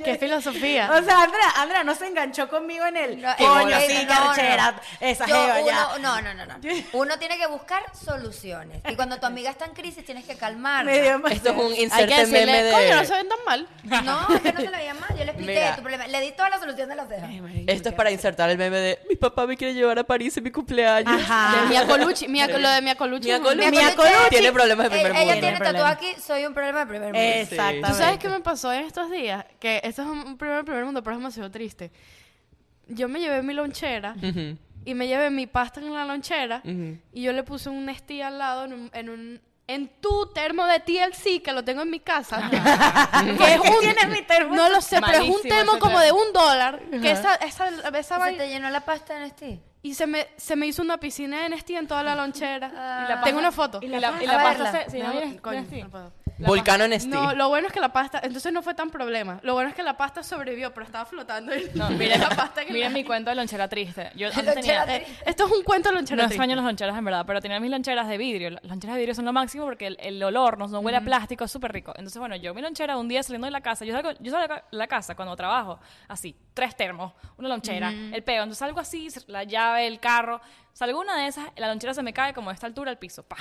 qué filosofía
O sea, Andrea, Andrea no se enganchó conmigo en el
No,
coño,
eh,
sí,
no,
qué
no,
arrechera,
no.
esa
Yo,
jeva
uno,
ya.
No, no, no, no. Uno tiene que buscar soluciones. Y cuando tu amiga está en crisis, tienes que calmarla.
Me dio más-
Esto es un
hay que
inserte
decirle
meme de...
coño no se ven tan mal
No, es que no se lo veía mal. Yo le expliqué
Mira.
tu problema. Le di toda la solución de las cejas.
Esto es para insertar el meme de... Mi papá me quiere llevar a París en mi cumpleaños.
Ajá.
De Mia Colucci Mia- lo de Mia Colucci
Mia
no-
Colucci.
Ah. Mia Colucci.
Tiene problemas de
Ella
primer
ella
mundo.
tiene
Tiene
tatuado aquí, soy un problema de primer mundo.
Exactamente.
Sí.
¿Tú sabes qué me pasó en estos días? Que esto es un primer, primer mundo, pero es demasiado triste. Yo me llevé mi lonchera
Ujú.
y me llevé mi pasta en la lonchera
Ujú.
y yo le puse un Nestí al lado en un... En un- en tu termo de TLC, que lo tengo en mi casa. que es un,
¿Tienes mi termo?
No lo sé, pero es un
Malísimo
termo
ese
como
termo.
de un dólar. Que esa, esa, esa
¿Se
vaina-
te llenó la pasta en este?
Y se me, se me hizo una piscina de Nestí en toda la lonchera.
Ah.
tengo una foto.
Y la, y
A
la
verla.
pasta se... si no,
No,
vienes-
coño,
vienes
no
tú.
puedo.
Volcano en Steve.
No, lo bueno es que la pasta, entonces no fue tan problema. Lo bueno es que la pasta sobrevivió, pero estaba flotando. Y
No,
mira la pasta que
Miren
le-
mi cuento de lonchera triste. Yo antes
Lonchera
tenía...
triste.
Esto es un cuento lonchero.
No extraño las loncheras, en verdad, pero tenía mis loncheras de vidrio. Las loncheras de vidrio son lo máximo porque el, el olor no, no huele a plástico, es súper rico. Entonces, bueno, yo mi lonchera un día saliendo de la casa, yo salgo, yo salgo de la casa cuando trabajo, así, tres termos, una lonchera, el peo. Entonces salgo así, la llave, el carro, salgo una de esas, la lonchera se me cae como a esta altura al piso, pa.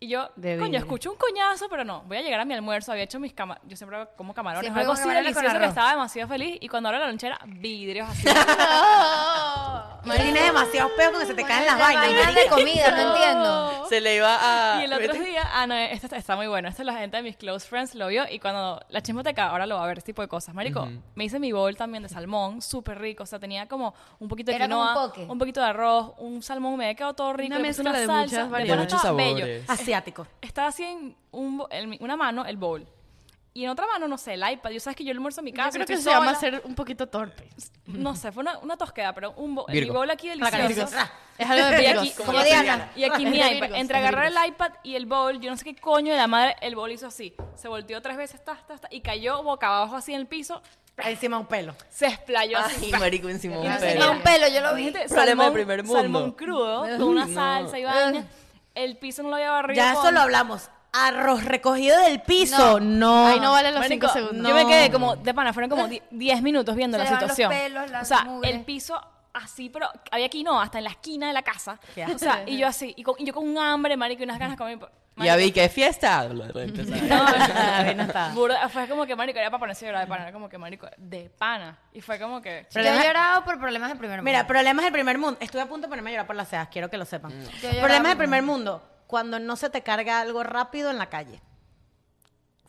Y yo,
De
coño,
vidrio.
escucho un coñazo, pero no, voy a llegar a mi almuerzo, había hecho mis camarones, yo siempre como camarones,
Siempre
algo
como
así
camarones con
delicioso que
arroz.
estaba demasiado feliz. Y cuando abro la lonchera, vidrios así.
Tú Tienes demasiados peos con que se te caen las vainas.
Vainas de
marico.
comida, no entiendo.
Se le iba a...
Y el otro día, ah, no, este está, está muy bueno. Este la gente de mis close friends lo vio y cuando la chismoteca ahora lo va a ver, este tipo de cosas. Marico, me hice mi bowl también de salmón, súper rico. O sea, tenía como un poquito de
Era como un
quinoa,
poque.
poquito de arroz, un salmón, me había quedado todo rico.
Una
le puse
mezcla de muchas
salsa,
variedades.
de pana
De muchos
estaba bello.
sabores.
Asiático.
Estaba así en, un bo- en mi- una mano el bowl. Y en otra mano, no sé, el iPad. Yo sabes que yo almuerzo en mi casa.
Yo creo
estoy
que se llama
sola.
ser un poquito torpe.
No sé, fue una, una tosqueda, pero un bo- mi
Virgo.
bowl aquí delicioso.
Es algo de
Y
virgos.
aquí,
Como
y aquí-
Diana.
Y aquí
Es
mi
de
iPad.
virgos,
Entre
es de
agarrar
virgos.
el iPad y el bowl, yo no sé qué coño de la madre, el bowl hizo así. Se volteó tres veces, tas, tas, tas, y cayó boca abajo así en el piso.
Encima un pelo.
Se explayó así.
Ay, Ah, marico, encima un
No
pelo.
tenía un pelo, yo lo vi.
Gente,
Problema de
salmón,
primer mundo.
salmón crudo, con una
No.
salsa y vaina. El piso no lo había barrido.
Ya eso
con-
lo hablamos. Arroz recogido del piso. No.
Ahí no vale los 5
Marico,
segundos.
Yo me quedé como de pana, fueron como die- 10 minutos viendo la
Se le van los
situación.
pelos, las
o sea,
mugres.
el piso así, pero había aquí no, hasta en la esquina de la casa.
Qué
O sea, y yo así, y, con- y yo con un hambre, marico, y unas ganas de comer.
Ya
marico,
vi que fiesta. Lo- lo empezaba.
La vaina
Ah.
estaba.
Burda- fue como que marico era para ponerse a llorar de pana era como que marico de pana y fue como que
Yo he llorado por problemas de primer mundo.
Mira, problemas del primer mundo. Estuve a punto de ponerme a llorar por las cejas, quiero que lo sepan.
Mm.
Yo lloraba
Problemas del
por-
primer mundo. Cuando no se te carga algo rápido en la calle.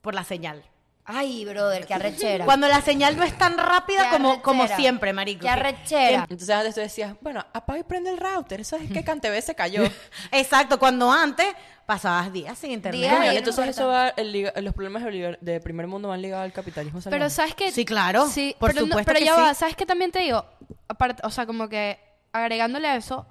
Por la señal.
Ay, brother, qué arrechera.
Cuando la señal no es tan rápida
Qué
como, como
arrechera.
siempre, marico. Em,
Qué
que-
arrechera.
Entonces antes tú decías, bueno, apaga y prende el router. Eso es que Cantebé se cayó.
que- Exacto, cuando antes pasabas días sin internet.
Días.
Coño,
Ay, no
entonces
importa.
eso va, el liga- los problemas de, liber- de primer mundo van ligados al capitalismo salvaje.
Pero sabes que
Sí, claro, por
pero no-
supuesto
pero
que
ya
sí.
va, sabes que también te digo, aparte, o sea, como que agregándole a eso,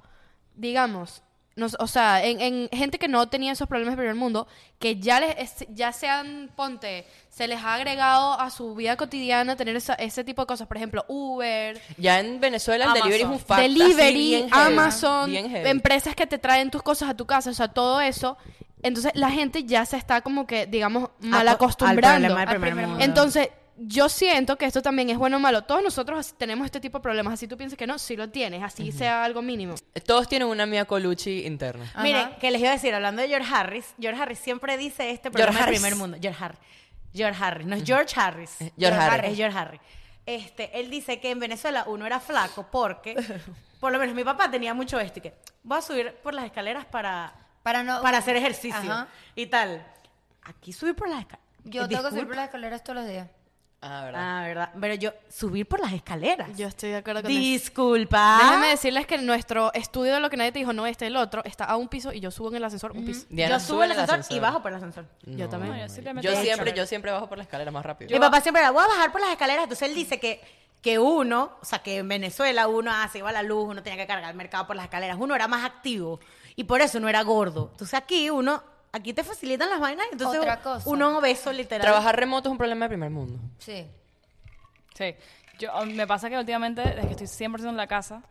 digamos, nos- o sea, en, en gente que no tenía esos problemas de primer mundo, que ya les es- ya se han ponte, se les ha agregado a su vida cotidiana tener esa- ese tipo de cosas, por ejemplo, Uber,
ya en Venezuela el
Amazon.
delivery es un fact. así,
Delivery,
bien heavy,
Amazon,
bien heavy.
empresas que te traen tus cosas a tu casa, o sea, todo eso. Entonces la gente ya se está como que, digamos,
Aco-
mal
al
acostumbrando.
problema del primer mundo.
Entonces yo siento que esto también es bueno o malo. Todos nosotros as- tenemos este tipo de problemas. Así tú piensas que no, sí lo tienes, así sea algo mínimo.
Todos tienen una Mia Colucci interna.
Ajá.
Miren, que les iba a decir, hablando de George Harris, George Harris siempre dice este programa
George
del
Harris.
primer mundo. George Harris. George Harris, no es George Harris.
George Harris.
Es George Harris. Este, él dice que en Venezuela uno era flaco porque, por lo menos mi papá tenía mucho esto y que voy a subir por las escaleras para,
Para no-
para hacer ejercicio
Oh.
Eh,
Ajá.
y tal. Aquí subir por las escaleras.
Yo tengo que subir por las escaleras todos los días.
Ah, verdad.
Ah, verdad. Pero yo, subir por las escaleras.
Yo estoy de acuerdo con eso.
Disculpa.
Déjenme decirles que nuestro estudio de lo que nadie te dijo, no, este el otro, está a un piso y yo subo en el ascensor un piso.
Diana
yo
sube
subo el
al
ascensor,
ascensor.
y bajo por el ascensor.
Yo también.
No, yo sí le meto
Yo
la
siempre,
cuchara.
yo siempre bajo por la escalera más rápido.
Mi papá siempre era, voy a bajar por las escaleras. Entonces él dice que, que uno, o sea, que en Venezuela uno ah, se iba a la luz, uno tenía que cargar el mercado por las escaleras. Uno era más activo y por eso no era gordo. Entonces aquí uno, aquí te facilitan las vainas. Entonces
Otra cosa.
uno obeso literal.
Trabajar remoto es un problema de primer mundo.
Sí.
Sí. Yo, a mí me pasa que últimamente, desde que estoy 100% en la casa,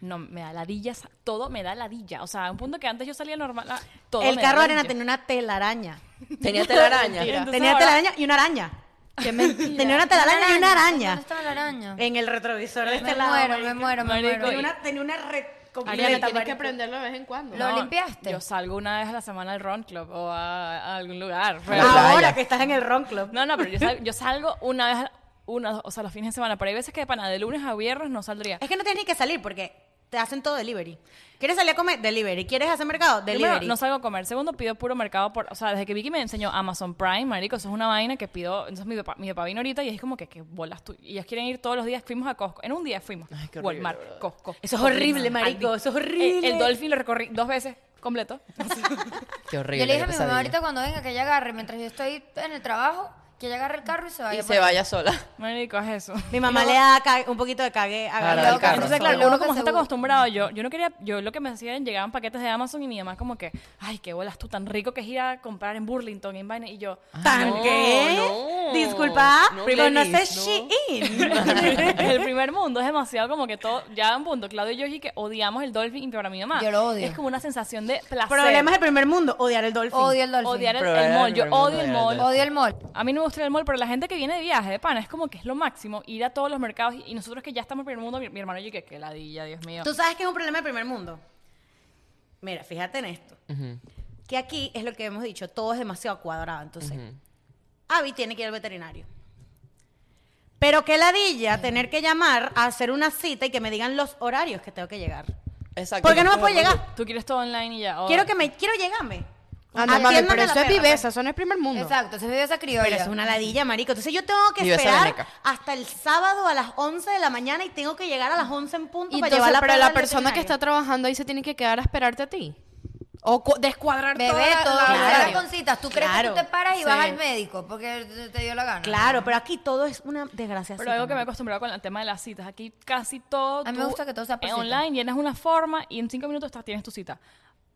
no, me da ladillas, todo me da ladilla. O sea, a un punto que antes yo salía normal, a- todo
el
me da
carro de arena
ladilla.
tenía una telaraña.
Tenía telaraña.
Mentira. Entonces
tenía
ahora-
telaraña y una araña. Tenía una telaraña y una araña. Eh,
¿Dónde estaba la araña?
En el retrovisor de
Me
este lado.
muero, me
marica.
muero, me
Marico,
muero.
Tenía una, tenía una red
Ariana,
completa,
tienes que
marica.
aprenderlo de vez en cuando.
Lo- limpiaste?
Yo salgo una vez a la semana al Run Club o a, a algún
Ah.
lugar. pero-
La
Ahora
playa.
que estás en el Ron Club.
No, no, pero yo salgo, yo salgo una vez, a- una, o sea, los fines de semana. Pero hay veces que, pana, de lunes a viernes no saldría.
Es que no tienes ni que salir porque te hacen todo delivery. ¿Quieres salir a comer? Delivery. ¿Quieres hacer mercado?
Primero,
Delivery.
no salgo a comer. Segundo, pido puro mercado por... O sea, desde que Vicky me enseñó Amazon Prime, marico, eso es una vaina que pido... Entonces mi papá, mi papá vino ahorita y es como que, ¿qué bolas tú? Y ellos quieren ir todos los días. Fuimos a Costco. En un día fuimos.
Ay, qué horrible,
Walmart,
bro.
Costco. Eh,
Eso es horrible, marico, eso es horrible.
El, el Dolphin lo recorrí dos veces completo.
Qué horrible.
Yo le dije a
qué
mi mamá
pesadilla.
ahorita cuando venga que ella agarre, mientras yo estoy en el trabajo, que ella agarre el carro y se vaya.
Y
por
se
ahí.
vaya sola.
Marico, es eso.
Mi mamá le da ca- un poquito de cague a
Claro,
Gabriel.
al carro.
Entonces,
Entonces,
claro,
luego
uno
que
como
se
está
bu-
acostumbrado, yo, yo no quería, yo lo que me hacían, llegaban paquetes de Amazon y mi mamá como que, ay, qué bolas tú, tan rico que es ir a comprar en Burlington, en vaina, y yo,
¿Tan
No,
qué?
no.
Disculpa,
No,
pero no sé
Glenis, no.
Shein.
el primer mundo es demasiado como que todo, ya en punto, Claudio y yo y que odiamos el Dolphin y para mi mamá.
Yo lo odio.
Es como una sensación de placer.
Problemas del primer mundo, odiar el Dolphin.
Odio el dolphin.
Odiar el,
Problemas
el mall,
del
yo
primer mundo,
odio el
odiar
mall.
el
Odio el mall.
A mí no me gusta ir al mall, pero la gente que viene de viaje, de pana, es como que es lo máximo ir a todos los mercados y, y nosotros que ya estamos en el primer mundo, mi, mi hermano y yo, que qué ladilla, Dios mío.
¿Tú sabes qué es un problema del primer mundo? Mira, fíjate en esto. Que aquí es lo que hemos dicho, todo es demasiado cuadrado. Entonces, Abby tiene que ir al veterinario. Pero qué ladilla tener que llamar a hacer una cita y que me digan los horarios que tengo que llegar.
Exacto.
Porque no me puedo llegar.
Tú quieres todo online y ya. oh.
Quiero que me quiero llegarme.
Ah, no, mami,
Atiéndame
pero
la
eso es
perra, pues.
viveza, eso no es primer mundo.
Exacto, entonces vive esa criolla.
Pero eso es una ladilla, marico. Entonces yo tengo que
Vive esa
esperar
veneca.
hasta el sábado a las 11 de la mañana y tengo que llegar a las 11 en punto
Y
para
entonces,
llevar la
pero
perra
la
al
persona
veterinario.
que está trabajando ahí se tiene que quedar a esperarte a ti. O cu- descuadrar
Bebé,
toda la-
todo
la-
que se
la-
haga con citas. ¿Tú crees
Claro.
que tú te paras y
Sí.
vas al médico? Porque te- te dio la gana.
Claro, pero aquí todo es una desgracia.
Pero algo que me he acostumbrado con el tema de las citas. Aquí casi todo.
A mí me
tú
gusta que todo sea por
en
cita.
online, llenas una forma y en cinco minutos estás, tienes tu cita.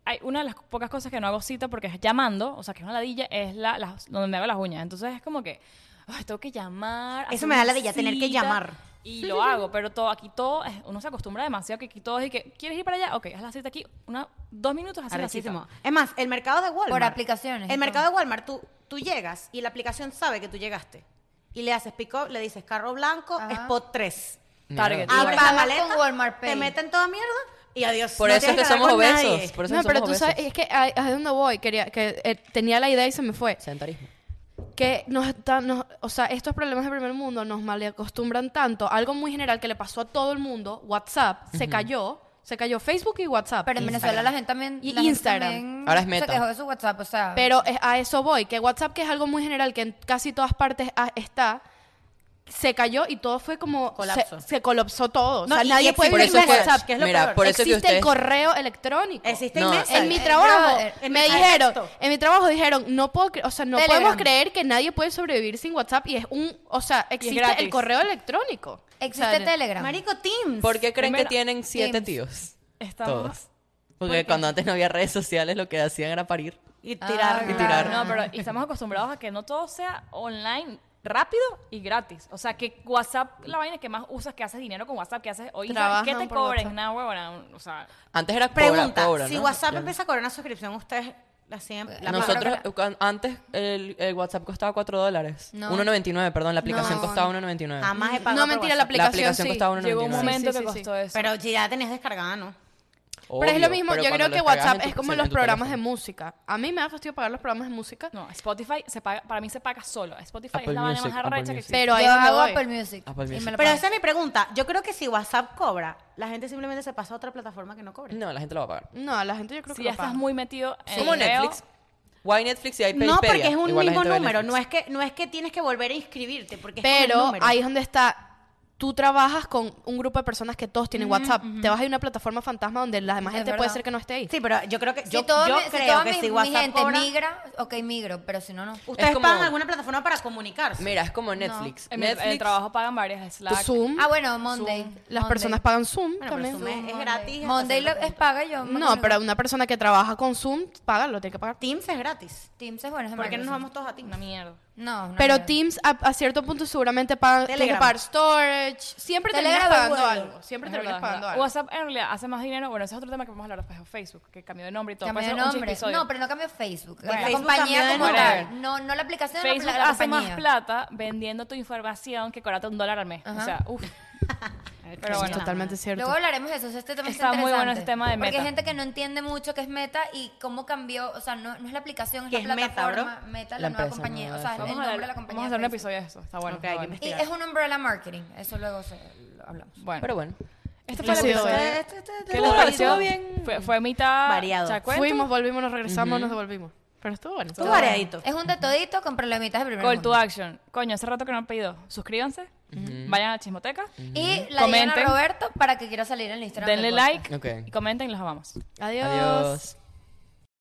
Hay una de las pocas cosas que no hago cita porque es llamando, o sea, que es una ladilla, es la, las- donde me hago las uñas. Entonces es como que, ay, tengo que llamar.
Eso
hacer
me da
una
ladilla, tener que
cita,
llamar.
Y lo hago, pero todo, aquí todo, es- uno se acostumbra demasiado que aquí todo es y que, ¿quieres ir para allá? Ok, haz la cita aquí, una, dos minutos, haces la
Arrechísimo.
cita.
Es más, el mercado de Walmart.
Por aplicaciones y
El mercado de Walmart, tú, tú llegas y la aplicación sabe que tú llegaste. Y le haces pick up, le dices carro blanco,
Ajá.
spot 3.
Target.
Ah,
Abres la
pagas
maleta,
con Walmart
te
Pay.
meten toda mierda y adiós.
Por
No
eso es
tienes
que
hablar
somos
con
obesos.
nadie.
Por eso
No,
somos
pero tú
obesos.
sabes, es que a, a dónde voy, quería, que eh, tenía la idea y se me fue.
Sedentarismo.
que nos, está- nos- o sea, estos problemas del primer mundo nos malacostumbran tanto. Algo muy general que le pasó a todo el mundo, WhatsApp, se cayó, se cayó Facebook y WhatsApp.
Pero en Venezuela la gente también.
Y
la gente
Instagram.
también
Ahora es meta.
Se quejó de su WhatsApp, o sea.
Pero es- a eso voy, que WhatsApp, que es algo muy general, que en casi todas partes ah, está, se cayó y todo fue como...
Colapso.
Se, se colapsó todo.
No,
o sea,
y- y
nadie puede
existe
vivir
el
sin
message,
WhatsApp.
que es lo
Mira,
peor.
por eso es
Existe
que
el
ustedes...
correo electrónico.
Existe
No,
el
En mi
El
trabajo
brother, el
me
mensaje de
dijeron,
texto.
en mi trabajo dijeron, no puedo, cre- o sea, no
Telegram.
podemos creer que nadie puede sobrevivir sin WhatsApp y es un, o sea, existe
gratis.
el correo electrónico.
Existe
O sea,
Telegram.
Marico Teams.
¿Por qué creen
Primero,
que tienen siete
Teams.
tíos?
Estamos-
Todos. Porque cuando antes no había redes sociales, lo que hacían era parir.
Y
Ah,
tirar.
claro.
tirar.
No, pero y estamos acostumbrados a que no todo sea online rápido y gratis. O sea, que WhatsApp, la vaina que más usas, que haces dinero con WhatsApp, que haces hoy,
Trabajan
¿qué te
por
cobren?
WhatsApp.
Nada, huevona, un- O sea,
Antes era cobra,
Pregunta,
cobra,
si
¿no?
WhatsApp
Ya.
empieza a cobrar una suscripción, ¿ustedes La cien-
Bueno,
la más-
Nosotros,
creo
cuan- antes el, el WhatsApp costaba 4 dólares.
No.
1.99, perdón, la aplicación
No.
costaba 1.99.
jamás he pagado
No,
por
mentira,
WhatsApp.
la aplicación,
aplicación
sí.
costaba
Llegó
Sí,
un
sí,
momento
sí,
que
sí.
costó eso.
Pero si ya tenías descargada, ¿no?
pero es lo
Obvio,
mismo,
pero
yo
cuando
creo que
lo descargas en
WhatsApp
tu-
es como
en
los
tu
programas de
teléfono.
música. A mí me da fastidio pagar los programas de música,
No, Spotify se paga, para mí se paga solo. Spotify
Apple
es la vaina
Music,
más
Apple
arrecha que
Music.
existe.
pero ahí
yo
es donde
hago
voy.
Apple Music.
Apple
y me
Music.
Pero
lo pagan.
esa es mi pregunta. Yo creo que si WhatsApp cobra, la gente simplemente se pasa a otra plataforma que no cobre.
No, la gente lo va a pagar.
No, a la gente yo creo
si
que
ya
lo paga.
estás muy metido en
Es como
el peo,
Netflix. Why Netflix y hay
No, porque
Peripedia.
es un
Igual la
mismo
gente ve
número. No
Netflix.
es, que, no es que tienes que volver a inscribirte, porque es con el
Pero
número.
ahí es donde está. Tú trabajas con un grupo de personas que todos tienen WhatsApp. Te vas a ir a una plataforma fantasma donde la demás
Es
gente puede
verdad.
ser que no esté ahí.
Sí, pero yo creo que.
Si
yo
todo
yo
mi- si
creo
toda
que
mi,
si
mi
WhatsApp
gente
cobra,
migra, ok, migro, pero si no, no.
ustedes
Es como-
pagan alguna plataforma para comunicarse.
Mira, es como Netflix.
en mi- en
Netflix
el trabajo pagan varias. Slack.
Zoom.
Ah, bueno, Monday.
las
Monday.
personas pagan Zoom
Bueno, pero
también.
Zoom es, es
Monday.
gratis. hasta
Monday lo-
cierto
es
punto.
paga yo. me
No,
acuerdo.
pero una persona que trabaja con Zoom paga, lo tiene que pagar.
Teams es gratis.
Teams es bueno. es
¿Por qué no nos
Microsoft.
vamos todos a Teams?
Una mierda.
No, no,
Pero
no.
Teams a, a cierto punto seguramente pagan, tiene que
Telegram.
pagar storage. Siempre terminas
Telegram es
pagando
bueno.
algo. Siempre
Es
terminas
verdad, es
pagando
verdad.
algo.
WhatsApp en realidad hace más dinero. Bueno, ese es otro tema que vamos a hablar después de Facebook, que cambió de nombre y todo.
Cambió
Puede
de
ser un
nombre.
episodio.
No, pero no cambió Facebook.
Bueno,
la
Facebook cambió
compañía
de
como
nombre.
tal. No, no la aplicación, no
Facebook
la, la
hace más
compañía.
plata vendiendo tu información que cobrarte un dólar al mes. O
Ajá.
sea, uff. Pero
Sí,
bueno.
Totalmente
Este,
cierto.
Luego hablaremos de eso, ese tema
Está muy bueno
interesante.
ese tema de
Porque
Meta.
hay gente que no entiende mucho qué es Meta y cómo cambió, o sea, no, no es la aplicación, es
¿Qué
la
es Meta,
plataforma, Meta, la,
La
nueva
empresa,
compañía,
nueva
o sea, el
Vamos a,
nombre
hablar-
de la compañía.
vamos a hacer
es
un
Facebook.
episodio de eso. Está bueno.
Ok,
está
hay que
bueno.
investigar.
Y es un umbrella marketing, eso luego se, lo hablamos.
Bueno,
Pero bueno.
este
Ha
fue el
sido
episodio.
bueno.
¿Qué les pareció?
bien.
Fue, fue mitad
Variado.
chacuento,
Fuimos, volvimos, nos regresamos, nos devolvimos. Pero estuvo bueno.
Tú variadito.
Es un de todito con problemitas de primer
Call to
mundo.
action. Coño, hace rato que no han pedido. Suscríbanse. Vayan a la chismoteca.
Y la
Comenten.
digan a Roberto para que quiera salir en la Instagram.
Denle
del podcast.
like.
Ok.
Y comenten y los amamos.
Adiós.
Adiós.